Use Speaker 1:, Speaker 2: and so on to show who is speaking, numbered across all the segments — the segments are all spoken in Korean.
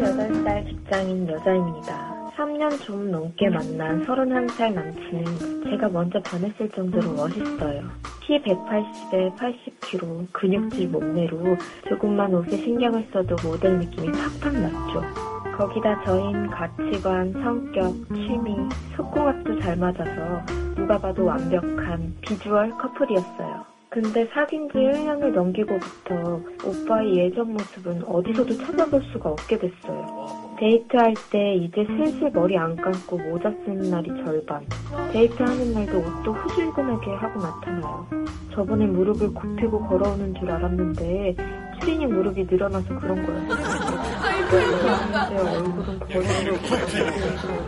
Speaker 1: 살 직장인 여자입니다. 3년 좀 넘게 만난 31살 남친은 제가 먼저 반했을 정도로 멋있어요. 키 180에 80kg, 근육질 몸매로 조금만 옷에 신경을 써도 모델 느낌이 팍팍 났죠. 거기다 저희는 가치관, 성격, 취미, 속궁합도 잘 맞아서 누가 봐도 완벽한 비주얼 커플이었어요. 근데 사귄 지 1년을 넘기고부터 오빠의 예전 모습은 어디서도 찾아볼 수가 없게 됐어요. 데이트할 때 이제 슬슬 머리 안 감고 모자 쓰는 날이 절반. 데이트하는 날도 옷도 후줄근하게 하고 나타나요. 저번에 무릎을 굽히고 걸어오는 줄 알았는데 추리닝 무릎이 늘어나서 그런 거였어요. 그런데 얼굴은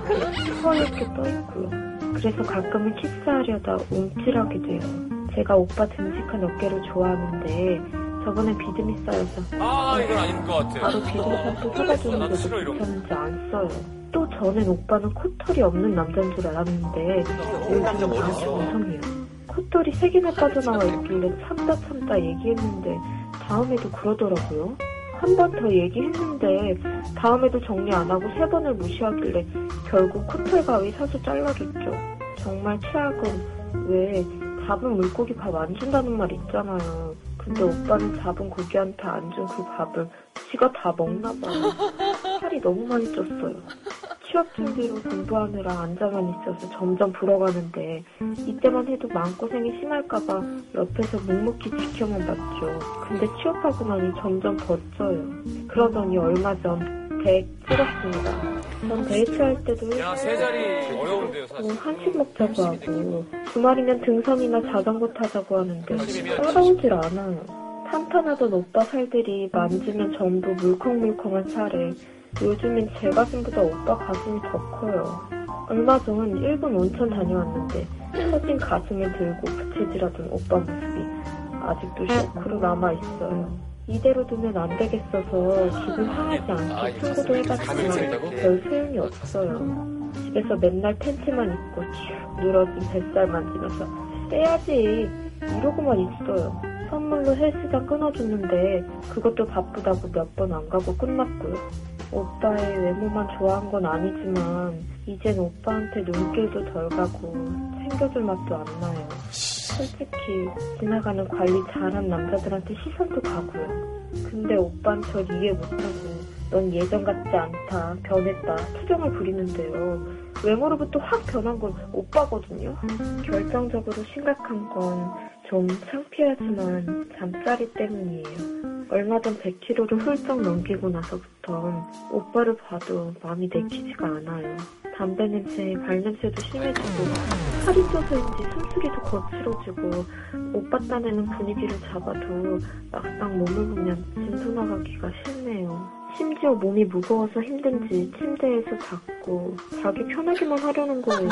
Speaker 1: 벌써 허옇게 떠있고요. 그래서 가끔은 키스하려다 움찔하게 돼요. 제가 오빠 듬직한 어깨를 좋아하는데 저번에 비듬이 쌓여서
Speaker 2: 아 이건 아닌 것 같아요.
Speaker 1: 바로 비듬샴푸 쏟아주는데도
Speaker 2: 나 싫어 이런 거.
Speaker 1: 귀찮은지 안 써요. 또 저는 오빠는 코털이 없는 남자인 줄 알았는데
Speaker 2: 너무 남자
Speaker 1: 요즘
Speaker 2: 멋있어.
Speaker 1: 이상해요. 콧돌이 세 개나 빠져나와 있길래 참다 참다 얘기했는데 다음에도 그러더라고요. 한 번 더 얘기했는데 다음에도 정리 안 하고 세 번을 무시하길래 결국 콧털 가위 사서 잘라줬죠. 정말 최악은 왜 잡은 물고기 밥 안 준다는 말 있잖아요. 근데 오빠는 잡은 고기한테 안 준 그 밥을 지가 다 먹나 봐요. 살이 너무 많이 쪘어요. 취업 준비로 공부하느라 앉아만 있어서 점점 불어가는데 이때만 해도 마음고생이 심할까봐 옆에서 묵묵히 지켜만 봤죠. 근데 취업하고 나니 점점 벗져요. 그러더니 얼마 전 대액 찍었습니다. 전 데이트할 때도
Speaker 2: 야 세 자리 어려운데요
Speaker 1: 뭐
Speaker 2: 사실.
Speaker 1: 한식 먹자고 하고 주말이면 등산이나 자전거 타자고 하는데
Speaker 2: 열심히
Speaker 1: 따라오질 않아요. 탄탄하던 오빠 살들이 만지면 전부 물컹물컹한 살에 요즘엔 제 가슴보다 오빠 가슴이 더 커요. 얼마 전 일본 온천 다녀왔는데 처진 가슴을 들고 부채질하던 오빠 모습이 아직도 쇼크로 남아있어요. 이대로 두면 안 되겠어서 기분 상하지 않게 충고도 해봤지만 별 소용이 없어요. 집에서 맨날 팬츠만 입고 쭉 늘어진 뱃살 만지면서 빼야지 이러고만 있어요. 선물로 헬스장 끊어줬는데 그것도 바쁘다고 몇 번 안 가고 끝났고요. 오빠의 외모만 좋아한 건 아니지만 이젠 오빠한테 눈길도 덜 가고 챙겨줄 맛도 안 나요. 솔직히 지나가는 관리 잘한 남자들한테 시선도 가고요. 근데 오빤 절 이해 못하고 넌 예전 같지 않다, 변했다, 투정을 부리는데요. 외모로부터 확 변한 건 오빠거든요. 결정적으로 심각한 건 좀 창피하지만 잠자리 때문이에요. 얼마 전 100kg를 훌쩍 넘기고 나서부턴 오빠를 봐도 마음이 내키지가 않아요. 담배 냄새, 발냄새도 심해지고 살이 쪄서인지 숨소리도 거칠어지고 오빠 딴에는 분위기를 잡아도 막상 몸을 보면 진도 나가기가 싫네요. 심지어 몸이 무거워서 힘든지 침대에서 자꾸 자기 편하게만 하려는 거예요.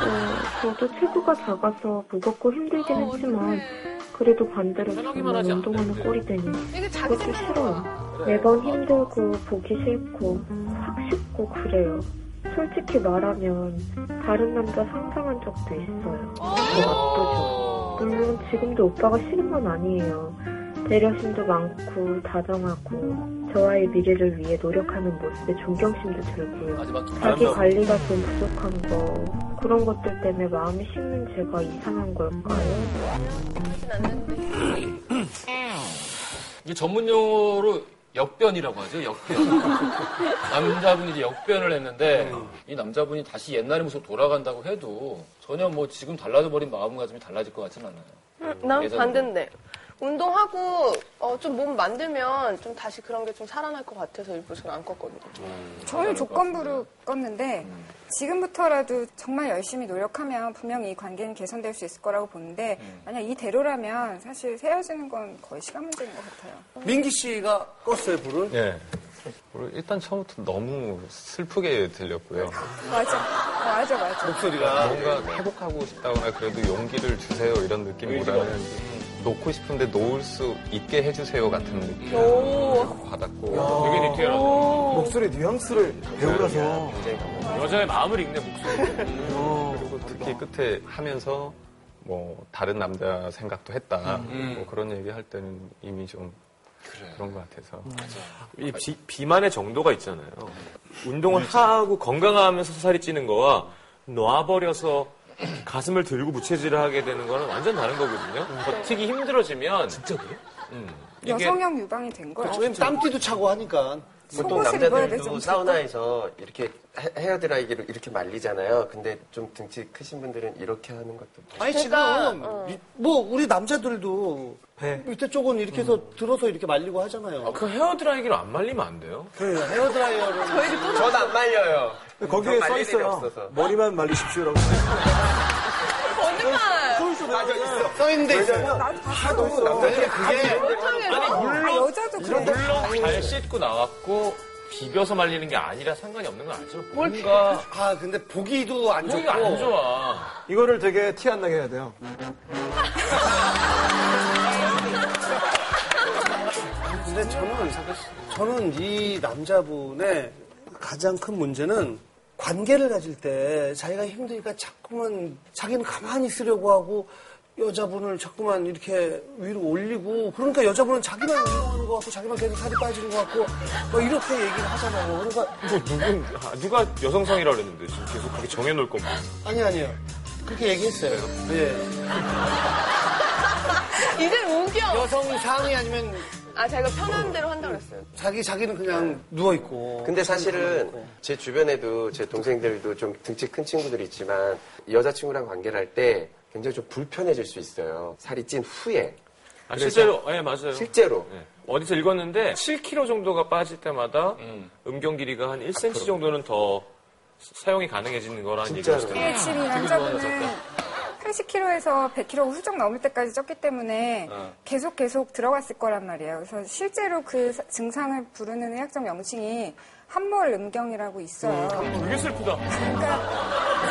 Speaker 1: 어, 저도 체구가 작아서 무겁고 힘들긴
Speaker 3: 어,
Speaker 1: 했지만
Speaker 3: 어떡해.
Speaker 1: 그래도 반대로
Speaker 2: 편하기만
Speaker 1: 저는
Speaker 2: 하지
Speaker 1: 운동하는
Speaker 2: 않는데.
Speaker 1: 꼴이 되니
Speaker 3: 이게 자기
Speaker 1: 그것도
Speaker 3: 생각이야.
Speaker 1: 매번 힘들고 보기 싫고 확 싶고 그래요. 솔직히 말하면 다른 남자 상상한 적도 있어요. 더 나쁘죠.
Speaker 2: 어,
Speaker 1: 물론 지금도 오빠가 싫은 건 아니에요. 배려심도 많고 다정하고 저와의 미래를 위해 노력하는 모습에 존경심도 들고요.
Speaker 2: 마지막
Speaker 1: 자기 관리가 좀 부족한 거 그런 것들 때문에 마음이 식는 제가 이상한 걸까요?
Speaker 2: 이게 전문 용어로 역변이라고 하죠. 역변. 남자분이 이제 역변을 했는데 이 남자분이 다시 옛날의 모습 으로 돌아간다고 해도 전혀 뭐 지금 달라져 버린 마음가짐이 달라질 것 같지는 않아요.
Speaker 4: 난
Speaker 2: 예전에.
Speaker 4: 반대인데. 운동하고 어, 좀 몸 만들면 좀 다시 그런 게 좀 살아날 것 같아서 일부러 저는 안 껐거든요.
Speaker 5: 저는 조건부로 껐는데
Speaker 6: 음.
Speaker 5: 지금부터라도 정말 열심히 노력하면 분명히 이 관계는 개선될 수 있을 거라고 보는데
Speaker 6: 음.
Speaker 5: 만약 이대로라면 사실 헤어지는 건 거의 시간 문제인 것 같아요.
Speaker 7: 민기 씨가 껐어요 불을.
Speaker 8: 예. 그리고 일단 처음부터 너무 슬프게 들렸고요.
Speaker 5: 맞아, 맞아, 맞아.
Speaker 7: 목소리가
Speaker 8: 뭔가 회복하고 싶다거나 그래도 용기를 주세요 이런 느낌보다는 놓고 싶은데 놓을 수 있게 해주세요 같은 느낌을 받았고
Speaker 2: 되게 디테일하죠.
Speaker 7: 목소리 뉘앙스를 배우라서
Speaker 2: 여자의 마음을 읽네, 목소리.
Speaker 8: 그리고 특히 끝에 하면서 뭐 다른 남자 생각도 했다 뭐 그런 얘기 할 때는 이미 좀
Speaker 2: 그래.
Speaker 8: 그런 것 같아서
Speaker 3: 이 비, 비만의 정도가 있잖아요. 운동을 하고 건강하면서 살이 찌는 거와 놔버려서 가슴을 들고 무채질을 하게 되는 거는 완전 다른 거거든요. 버티기 힘들어지면 진짜 그래요?
Speaker 5: 여성형 유방이 된 거야.
Speaker 7: 왜냐면 땀띠도 차고 하니까.
Speaker 6: 보통
Speaker 5: 속옷을 입어야
Speaker 6: 남자들도
Speaker 5: 되죠.
Speaker 6: 사우나에서 이렇게 헤- 헤어드라이기로 이렇게 말리잖아요. 근데 좀 등치 크신 분들은 이렇게 하는 것도
Speaker 7: 아니 지금 이- 뭐 우리 남자들도 밑에 쪽은 이렇게 해서 들어서 이렇게 말리고 하잖아요.
Speaker 3: 그 헤어드라이기로 안 말리면 안 돼요?
Speaker 7: 그 헤어드라이어로
Speaker 6: 전 안 말려요.
Speaker 9: 거기에
Speaker 6: 말릴
Speaker 9: 써
Speaker 6: 일이
Speaker 9: 있어요.
Speaker 6: 없어서.
Speaker 9: 머리만 말리십시오라고.
Speaker 7: 아, 써있는데 있어요.
Speaker 9: 하도 있어.
Speaker 7: 근데 그게
Speaker 5: 아, 여자도 그런
Speaker 3: 물론 잘 씻고 나왔고 비벼서 말리는 게 아니라 상관이 없는 건 알죠. 뭔가
Speaker 7: 아 근데 보기도 안 좋고
Speaker 3: 몸이
Speaker 5: 뭐.
Speaker 3: 안 좋아.
Speaker 9: 이거를 되게 티 안 나게 해야 돼요.
Speaker 7: 근데 저는 저는 이 남자분의 가장 큰 문제는 관계를 가질 때 자기가 힘드니까 자꾸만 자기는 가만히 있으려고 하고 여자분을 자꾸만 이렇게 위로 올리고 그러니까 여자분은 자기만 운동하는 것 같고 자기만 계속 살이 빠지는 것 같고 뭐 이렇게 얘기를 하잖아요. 그러니까
Speaker 3: 뭐 누군 아, 누가 여성상이라 그랬는데 지금 계속 그렇게 정해놓을 건데.
Speaker 7: 아니 아니요 그렇게 얘기했어요. 예.
Speaker 4: 이젠 우겨.
Speaker 7: 여성 상이 아니면
Speaker 4: 아, 자기가 편한 대로 한다고 그랬어요.
Speaker 7: 자기 자기는 그냥 누워 있고.
Speaker 6: 근데 사실은 제 주변에도 제 동생들도 좀 등치 큰 친구들이 있지만 여자친구랑 관계를 할 때 굉장히 좀 불편해질 수 있어요. 살이 찐 후에.
Speaker 3: 아, 실제로 예 맞아요.
Speaker 6: 실제로.
Speaker 2: 네.
Speaker 3: 예. 어디서 읽었는데 7kg 정도가 빠질 때마다 음. 경 길이가 한
Speaker 2: 아,
Speaker 3: 1cm 정도는 더 사용이 가능해지는 거라는 얘기가
Speaker 6: 진짜로.
Speaker 3: 있어요.
Speaker 5: 네, 지금 이 남자분은 80kg에서 100kg 훌쩍 넘을 때까지 쪘기 때문에 계속 계속 들어갔을 거란 말이에요. 그래서 실제로 그 사- 증상을 부르는 의학적 명칭이 함몰 음경이라고 있어요.
Speaker 3: 되게 슬프다.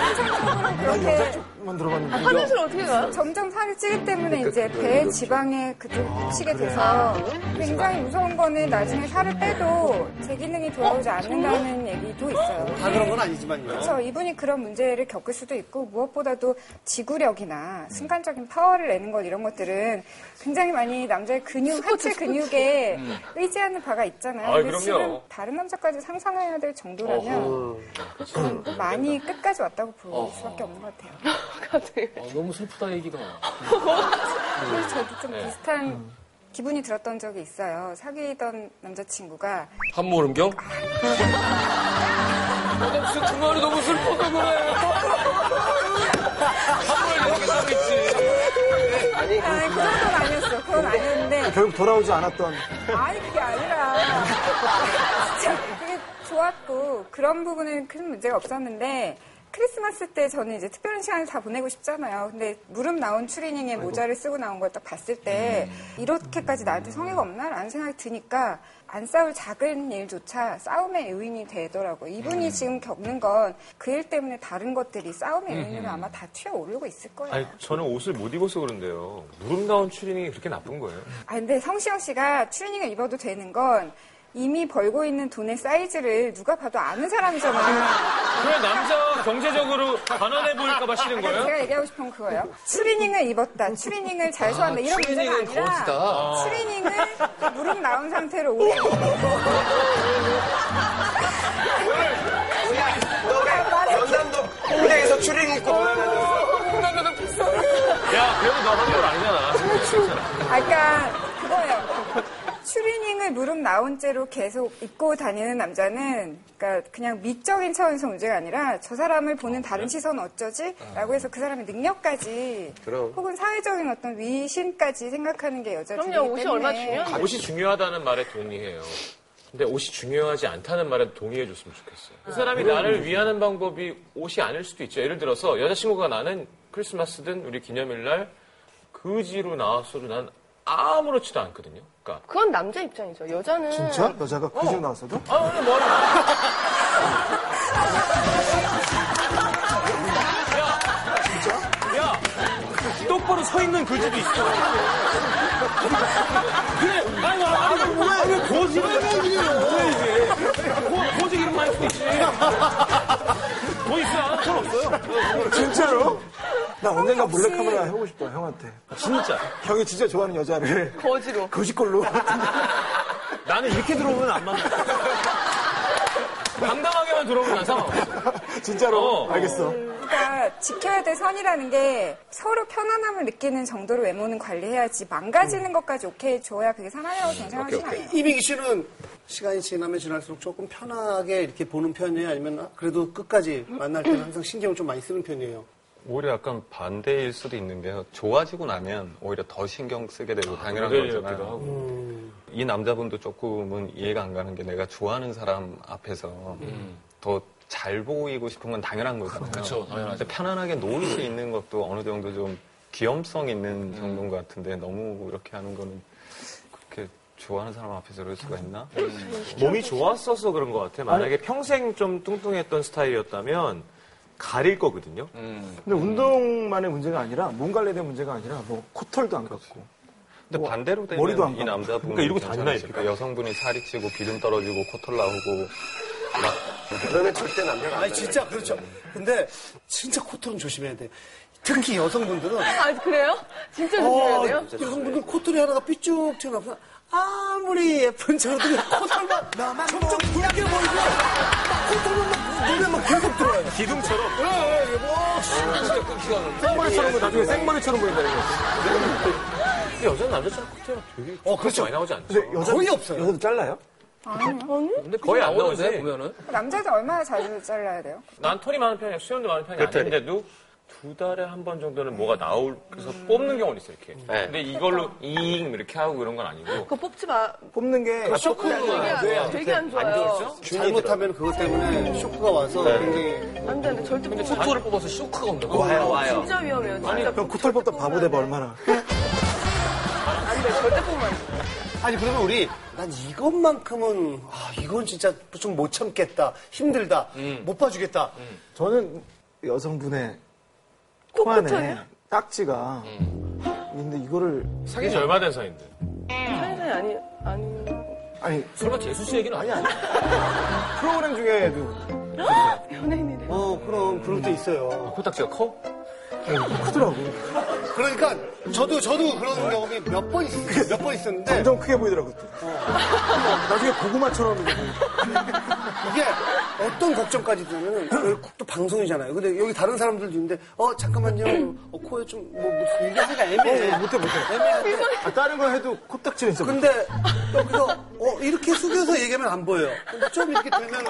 Speaker 5: 선천적으로 그렇게
Speaker 9: 만 들어봤는데.
Speaker 4: 화장실 아, 어떻게 가요?
Speaker 5: 점점 살이 찌기 때문에 이제 배에 지방에 그쪽 붙이게 돼서 굉장히 무서운 거는 나중에 살을 빼도 제 기능이 돌아오지 않는다는 얘기도 있어요.
Speaker 7: 다 그런 건 아니지만요.
Speaker 5: 그래서 이분이 그런 문제를 겪을 수도 있고 무엇보다도 지구력이나 순간적인 파워를 내는 것 이런 것들은 굉장히 많이 남자의 근육 하체 근육에 의지하는 바가 있잖아요.
Speaker 3: 음. 아이,
Speaker 5: 근데
Speaker 3: 그럼요.
Speaker 5: 지금 다른 남자까지 상상해야 될 정도라면 좀 많이 끝까지 왔다고 볼 수밖에 없는 것 같아요.
Speaker 2: 어, 너무 슬프다 얘기가.
Speaker 5: 그래서 저도 좀
Speaker 3: 네. 음.
Speaker 5: 비슷한 기분이 들었던 적이 있어요. 사귀던 남자친구가
Speaker 2: 한모름경?
Speaker 3: 어,
Speaker 2: 무슨 그 말이 너무 슬퍼서 그래. 한모름경 사겠지.
Speaker 5: 아니 그 정도는 아니었어. 그건 아니었는데
Speaker 9: 결국 돌아오지 않았던.
Speaker 5: 아니 그게 아니라 진짜 그게 좋았고 그런 부분은 큰 문제가 없었는데 크리스마스 때 저는 이제 특별한 시간을 다 보내고 싶잖아요. 근데 무릎 나온 추리닝에 모자를 쓰고 나온 걸 딱 봤을 때
Speaker 9: 음.
Speaker 5: 이렇게까지 나한테 성의가 없나라는 생각이 드니까 안 싸울 작은 일조차 싸움의 요인이 되더라고요. 이분이
Speaker 9: 음.
Speaker 5: 지금 겪는 건 그 일 때문에 다른 것들이 싸움의
Speaker 9: 음,
Speaker 5: 요인으로 아마 다 튀어오르고 있을 거예요.
Speaker 3: 아니 저는 옷을 못 입어서 그런데요. 무릎 나온 추리닝이 그렇게 나쁜 거예요?
Speaker 5: 아, 근데 성시경 씨가 추리닝을 입어도 되는 건 이미 벌고 있는 돈의 사이즈를 누가 봐도 아는 사람이잖아요.
Speaker 3: 그래 남자 경제적으로 가난해 보일까봐 싫은
Speaker 5: 그러니까
Speaker 3: 거예요?
Speaker 5: 제가 얘기하고 싶은 건 그거예요. 추리닝을 입었다, 추리닝을 잘 소한다 이런 문제가
Speaker 2: 추리닝은
Speaker 5: 아니라
Speaker 2: 아, 거지다. 아.
Speaker 5: 추리닝을 무릎 나온 상태로 오래 입고 아,
Speaker 6: 너가 전남도 홍대에서 추리닝 입고 돌아다녀.
Speaker 3: 야 그래도 너 한걸 아니잖아.
Speaker 5: 아까 그거예요. 추리닝을 무릎 나온 채로 계속 입고 다니는 남자는 그러니까 그냥 미적인 차원에서 문제가 아니라 저 사람을 보는 다른 시선
Speaker 7: 아.
Speaker 5: 어쩌지라고 해서 그 사람의 능력까지
Speaker 6: 그럼.
Speaker 5: 혹은 사회적인 어떤 위신까지 생각하는 게 여자들이기
Speaker 4: 그럼요, 옷이 얼마나
Speaker 5: 때문에
Speaker 4: 중요한데.
Speaker 3: 옷이 중요하다는 말에 동의해요. 근데 옷이 중요하지 않다는 말에 동의해 줬으면 좋겠어요. 그 사람이 나를 위하는 방법이 옷이 아닐 수도 있죠. 예를 들어서 여자친구가 나는 크리스마스든 우리 기념일날 그지로 나왔어도 난 아무렇지도 않거든요. 그러니까
Speaker 4: 그건 남자 입장이죠. 여자는.
Speaker 9: 진짜? 여자가 그 집 나왔어도?
Speaker 3: 아, 오늘 뭐 하는 거야? 야! 진짜? 야! 똑바로 서 있는 그지도 있어. 그래! 아니, 아니, 아니, 뭐야! 왜 고지 이게? 고지 이름 많이 쓰고 있지. 뭐 있어? 저
Speaker 9: 진짜로? 나 언젠가
Speaker 5: 혹시-
Speaker 9: 몰래카메라 해보고 싶다, 형한테.
Speaker 3: 진짜.
Speaker 9: 형이 진짜 좋아하는 여자를. 거지로. 거짓걸로. 나는 이렇게 들어오면 안 만나.
Speaker 3: 당당하게만 들어오면 난 상관없어.
Speaker 9: 진짜로.
Speaker 3: 어.
Speaker 9: 알겠어.
Speaker 5: 그러니까 지켜야 될 선이라는 게 서로 편안함을 느끼는 정도로 외모는 관리해야지
Speaker 7: 음.
Speaker 5: 망가지는 것까지 오케이 줘야 그게 사랑이라고 저는 생각하지 않아요.
Speaker 7: 이미기 씨는 시간이 지나면 지날수록 조금 편하게 이렇게 보는 편이에요? 아니면 그래도 끝까지 만날 때는 항상 신경을 좀 많이 쓰는 편이에요?
Speaker 8: 오히려 약간 반대일 수도 있는데요. 좋아지고 나면 오히려 더 신경 쓰게 되고 당연한
Speaker 3: 모델이었기도
Speaker 8: 거잖아요. 음.
Speaker 3: 하고.
Speaker 8: 이 남자분도 조금은 이해가 안 가는 게 내가 좋아하는 사람 앞에서 더 잘 보이고 싶은 건 당연한 거잖아요.
Speaker 2: 그쵸, 당연하죠.
Speaker 8: 근데 편안하게 놓을 수 있는 것도 어느 정도 좀 귀염성 있는 정도인 것 같은데 너무 이렇게 하는 거는 그렇게 좋아하는 사람 앞에서 그럴 수가 있나?
Speaker 10: 몸이 좋았어서 그런 것 같아요. 만약에 평생 좀 뚱뚱했던 스타일이었다면 가릴 거거든요.
Speaker 9: 근데 운동만의 문제가 아니라 몸 관리된 문제가 아니라 뭐 코털도 안 깎고
Speaker 8: 근데
Speaker 9: 뭐,
Speaker 8: 반대로 되면
Speaker 9: 머리도 안
Speaker 8: 이
Speaker 9: 감고.
Speaker 8: 남자분
Speaker 10: 그러니까 이러고
Speaker 8: 괜찮으실까요?
Speaker 10: 다니나, 이렇게?
Speaker 8: 여성분이 살이 찌고 기름 떨어지고 코털 나오고
Speaker 6: 그러면 절대 남녀가 안
Speaker 7: 아니, 진짜, 그렇죠. 근데 진짜 코털은 조심해야 돼. 특히 여성분들은.
Speaker 4: 아, 그래요? 진짜
Speaker 7: 어,
Speaker 4: 조심해야 돼요?
Speaker 7: 여성분들 코털이 하나가 삐쭉 튀어나와서 아무리 예쁜 저들이 코털만 점점 붉게 보이고 코털만 막 눈에 막 계속 들어요. 예,
Speaker 10: 기둥처럼
Speaker 7: 뭐.
Speaker 2: 진짜 끊기가 안 나.
Speaker 9: 생머리처럼 보여, 나중에 생머리처럼 보인다는 거.
Speaker 3: 근데 여자는 남자처럼 코트가 되게
Speaker 7: 어, 그렇죠.
Speaker 3: 많이 나오지 않죠.
Speaker 9: 근데 여자
Speaker 7: 거의 없어요.
Speaker 9: 여자도 잘라요?
Speaker 2: 근데
Speaker 3: 거의 안
Speaker 2: 나오는데,
Speaker 3: 나오지.
Speaker 2: 보면은.
Speaker 5: 남자도 얼마나 자주 잘라야 돼요?
Speaker 3: 난 털이 많은 편이야. 수염도 많은 편이
Speaker 8: 그렇죠.
Speaker 3: 아닌데도 두 달에 한 번 정도는 뭐가 나올 그래서 뽑는 경우는 있어 이렇게.
Speaker 8: 네.
Speaker 3: 근데 이걸로 잉 이렇게 하고 그런 건 아니고.
Speaker 4: 그거 뽑지 마.
Speaker 9: 뽑는 게
Speaker 7: 예, 아, 어,
Speaker 4: 되게 안, 돼요. 되게 안 좋아요.
Speaker 7: 잘못하면 그것 때문에 네. 쇼크가 와서 굉장히
Speaker 4: 안 돼, 안 돼. 절대 뽑지 마.
Speaker 2: 축구를 뽑아서 쇼크가 없는 거야.
Speaker 9: 와요 와요.
Speaker 4: 진짜 위험해요. 진짜.
Speaker 9: 그럼 코털 뽑다 바보 돼봐 뭐 얼마나.
Speaker 4: 안 돼. 절대 뽑으면 안 돼.
Speaker 7: 아니 그러면 우리 난 이것만큼은 아 이건 진짜 좀 못 참겠다 힘들다 못 봐주겠다
Speaker 9: 저는 여성분의
Speaker 4: 꼭
Speaker 9: 코 음. 안에
Speaker 4: 코털이야?
Speaker 9: 딱지가 있는데 이거를
Speaker 3: 사귄 지 얼마 된 사이인데.
Speaker 4: 사연사연 네, 아니, 아니.
Speaker 9: 아니
Speaker 2: 설마 재수 씨 얘기는 아니야?
Speaker 9: 프로그램 중에도
Speaker 4: 연예인이래.
Speaker 7: 어 그럼 그럴 때 있어요
Speaker 3: 코딱지가 커?
Speaker 9: 크더라고.
Speaker 7: 그러니까 저도 저도 그런 경험이 몇 번 있었어요 몇 번 있었는데
Speaker 9: 점점 크게 보이더라고. 또. 나중에 고구마처럼 이렇게 보이고.
Speaker 7: 이게 어떤 걱정까지 드냐면 여기 또 방송이잖아요 근데 여기 다른 사람들도 있는데 어 잠깐만요 어, 코에 좀 뭐 무슨 얘기하기가 애매해
Speaker 9: 어, 못해 못해.
Speaker 7: 애매한데
Speaker 9: 아, 다른 거 해도 코딱지는 있어.
Speaker 7: 근데 여기서 어 이렇게 숙여서 얘기하면 안 보여요. 좀 이렇게 들면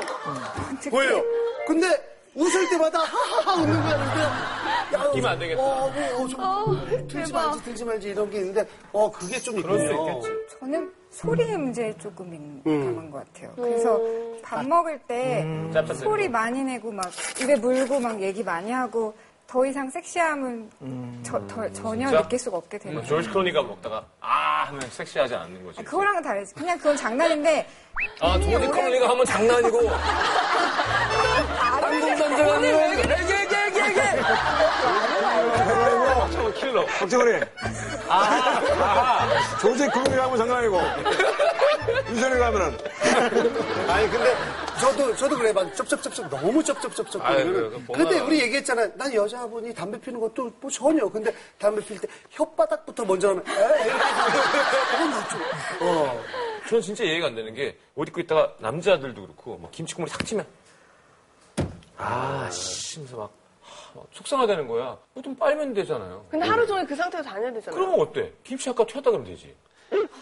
Speaker 7: 보여요. 근데 웃을 때마다 하하하 웃는 거야. 근데 야,
Speaker 3: 웃기면 안 되겠다.
Speaker 7: 어, 뭐, 어, 좀 들지
Speaker 4: 대박.
Speaker 7: 말지 들지 말지 이런 게 있는데 어 그게 좀 있군요.
Speaker 2: 음.
Speaker 5: 저는 소리의 문제에 조금 인- 민감한 것 같아요. 그래서 밥 먹을 때 소리 많이 내고 막 입에 물고 막 얘기 많이 하고 더 이상 섹시함은 저- 더- 전혀
Speaker 3: 진짜?
Speaker 5: 느낄 수가 없게 되는
Speaker 3: 뭐
Speaker 5: 거예요.
Speaker 3: 조지 클로니가 먹다가 아 하면 섹시하지 않는 거지.
Speaker 5: 그거랑은 다르지. 그냥 그건 장난인데
Speaker 2: 아,
Speaker 5: 괜히
Speaker 2: 조지
Speaker 5: 오래-
Speaker 2: 클로니가 하면 장난이고. 한국 남자가 하면 예,
Speaker 3: 어, 킬러.
Speaker 9: 박정은이. 아, 조제 구멍이라 하면 장난이고. 유선이 가면은.
Speaker 7: 아니 근데 저도 저도 그래 막 쩝쩝쩝쩝 너무 쩝쩝쩝쩝
Speaker 3: 아유,
Speaker 7: 거리면은
Speaker 3: 그래요. 그건
Speaker 7: 근데
Speaker 3: 봄나라.
Speaker 7: 우리 얘기했잖아 난 여자분이 담배 피는 것도 뭐 전혀 근데 담배 피울 때 혓바닥부터 먼저 하면 에이 이렇게 그건 뭐 좀 어.
Speaker 3: 저는 진짜 이해가 안 되는 게 옷 입고 있다가 남자들도 그렇고 뭐 김치국물이 탁 튀면 아씨 하면서 막, 하, 막 속상하다는 거야. 뭐 좀 빨면 되잖아요.
Speaker 4: 근데 하루 종일 그 상태로 다녀야 되잖아요.
Speaker 3: 그러면 어때? 김치 아까 튀었다 그러면 되지.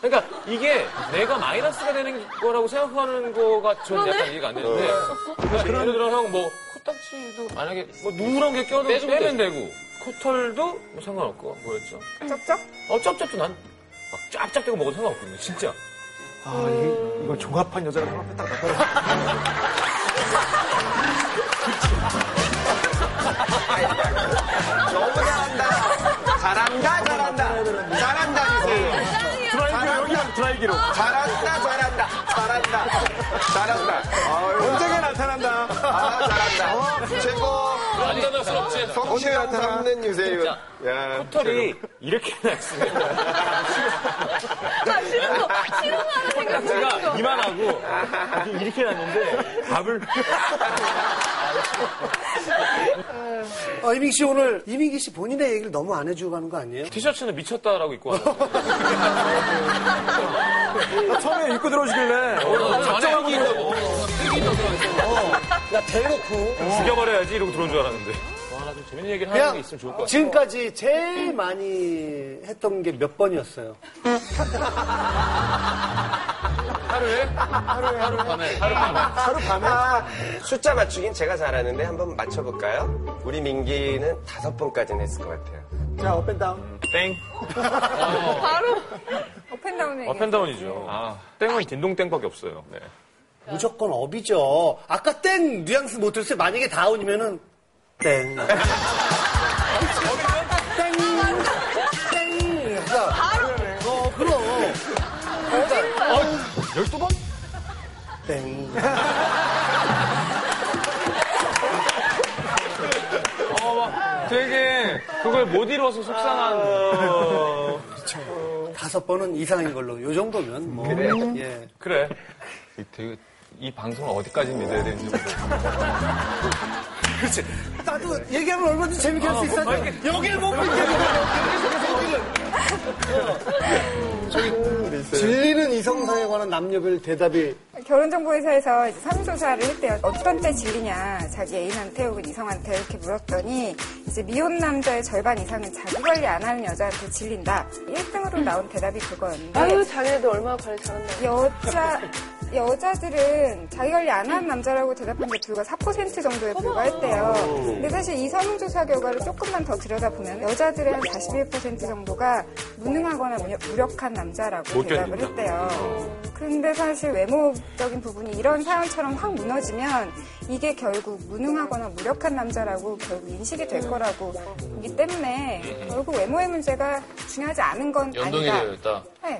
Speaker 3: 그러니까 이게 내가 마이너스가 되는 거라고 생각하는 거가 저는
Speaker 4: 그러네.
Speaker 3: 약간 이해가 안 되는데. 그러니까 예를 들어 형 뭐 코딱지도 만약에 뭐 누런 게 껴도 빼면 되고 코털도 뭐 상관없고 뭐였죠.
Speaker 5: 쩝쩝?
Speaker 3: 어 쩝쩝도 난 막 짭짭대고 먹어도 상관없거든요. 진짜.
Speaker 9: 아, 이, 이거 종합한 여자가 종합에 딱 나타나.
Speaker 10: 잘한다, 잘한다. 잘한다, 유세윤.
Speaker 9: 드라이기로, 여기랑 드라이기로.
Speaker 10: 잘한다, 잘한다. 잘한다. 잘한다.
Speaker 9: 언제가 나타난다. 어?
Speaker 10: 아, 잘한다. 최고.
Speaker 2: 안전할순 없지.
Speaker 10: 성취감
Speaker 8: 삼는 유세윤. 야,
Speaker 3: 코털이 이렇게 나 있으면
Speaker 4: 아, 싫은 거, 싫은 거 하나
Speaker 3: 딱지가 이만하고 이렇게- 이렇게 났는데 밥을
Speaker 7: 어, 이민기 씨 오늘 이민기 씨 본인의 얘기를 너무 안 해주고 가는 거 아니에요?
Speaker 3: 티셔츠는 미쳤다라고 입고 왔는데
Speaker 9: 나 처음에 입고 들어오시길래
Speaker 3: 작정하고 있다고 어.
Speaker 7: 나 대놓고
Speaker 3: 죽여버려야지 이러고 들어온 줄 알았는데 와나 좀 재밌는 얘기를 하는 게
Speaker 7: 그냥
Speaker 3: 있으면 좋을 것 같아
Speaker 7: 지금까지 제일 많이 했던 게 몇 번이었어요?
Speaker 2: 하루에? 하루에? 하루 밤에? 하루 밤에?
Speaker 7: 하루 밤에
Speaker 6: 숫자 맞추긴 제가 잘하는데 한번 맞춰볼까요? 우리 민기는 다섯 번까지는 했을 것 같아요.
Speaker 7: 자 업앤다운
Speaker 3: 땡
Speaker 5: 업앤다운을 얘기해요.
Speaker 3: 업앤다운이죠 땡은 딘동땡밖에 없어요 네.
Speaker 7: 무조건 업이죠. 아까 땡 뉘앙스 못 들었어요. 만약에 다운이면은 땡. 땡. 땡. 바로. 어 그럼. 그러니까,
Speaker 3: 열두 번
Speaker 7: 땡.
Speaker 3: 되게 그걸 못 이뤄서 속상한
Speaker 7: 다섯 번은 이상인 걸로. 요 정도면 뭐. 예.
Speaker 3: 그래
Speaker 8: 되게 이 방송을 어디까지 믿어야 되는지 모르겠어요.
Speaker 7: 그렇지. 나도 얘기하면 얼마든지 재밌게 할 수 있어. 아, 뭐 여길 못 믿겠어. 저기 진리는 이성사에 관한 남녀별 대답이
Speaker 5: 결혼정보회사에서 이제 사무조사를 했대요. 어떤 때 질리냐, 자기 애인한테 혹은 이성한테 이렇게 물었더니 이제 미혼 남자의 절반 이상은 자기 관리 안 하는 여자한테 질린다. 1등으로 나온 대답이 그거였는데
Speaker 4: 아유, 자기네들 얼마나 관리 잘한다.
Speaker 5: 여자 여자들은 자기 관리 안 한 남자라고 대답한 게 불과 4% 정도에 불과했대요. 근데 사실 이 설문조사 결과를 조금만 더 들여다보면 여자들의 한 41% 정도가 무능하거나 무력- 무력한 남자라고
Speaker 3: 못
Speaker 5: 대답을
Speaker 3: 견딘다.
Speaker 5: 했대요. 그런데 사실 외모적인 부분이 이런 사연처럼 확 무너지면 이게 결국 무능하거나 무력한 남자라고 결국 인식이 될 거라고 보기 때문에 결국 외모의 문제가 중요하지 않은 건
Speaker 2: 연동이
Speaker 5: 아니다.
Speaker 2: 되어 있다.